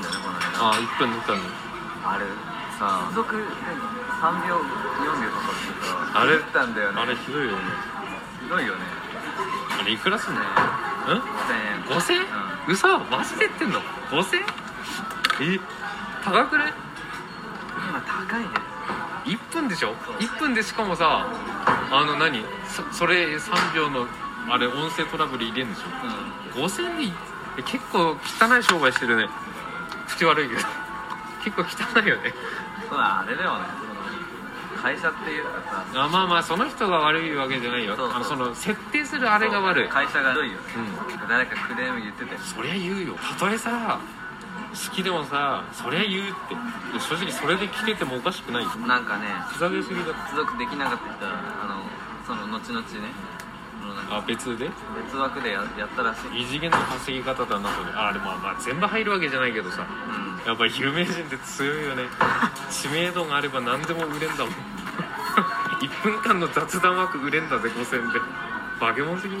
ああ1分2分あれさ続3秒4秒とかってさあれ打ったんだよねあれひどいよねひどいよねあれいくらすんのん5000円5000円、う嘘マジで言ってんの5000円え高くね今高いね1分でしょ1分でしかもさあの何そそれ3秒のあれ音声トラブル入れんでしょう5000でいえ結構汚い商売してるね口悪いけど結構汚いよねんそうだあれだよね会社っていうかさあまあまあその人が悪いわけじゃないよそうそうあのその設定するあれが悪い会社がひどいよねうん誰かクレーム言っててそりゃ言うよたとえさ好きでもさそりゃ言うってで正直それで切れてもおかしくないよなんかねふざけすぎだ接続できなかった人はあのその後々ねそのなんかあ別で別枠でややったらしい異次元の稼ぎ方だなとねあれまあまあ全部入るわけじゃないけどさうんやっぱり有名人って強いよね知名度があれば何でも売れんだもん1分間の雑談枠売れんだぜ5000で化け物すぎない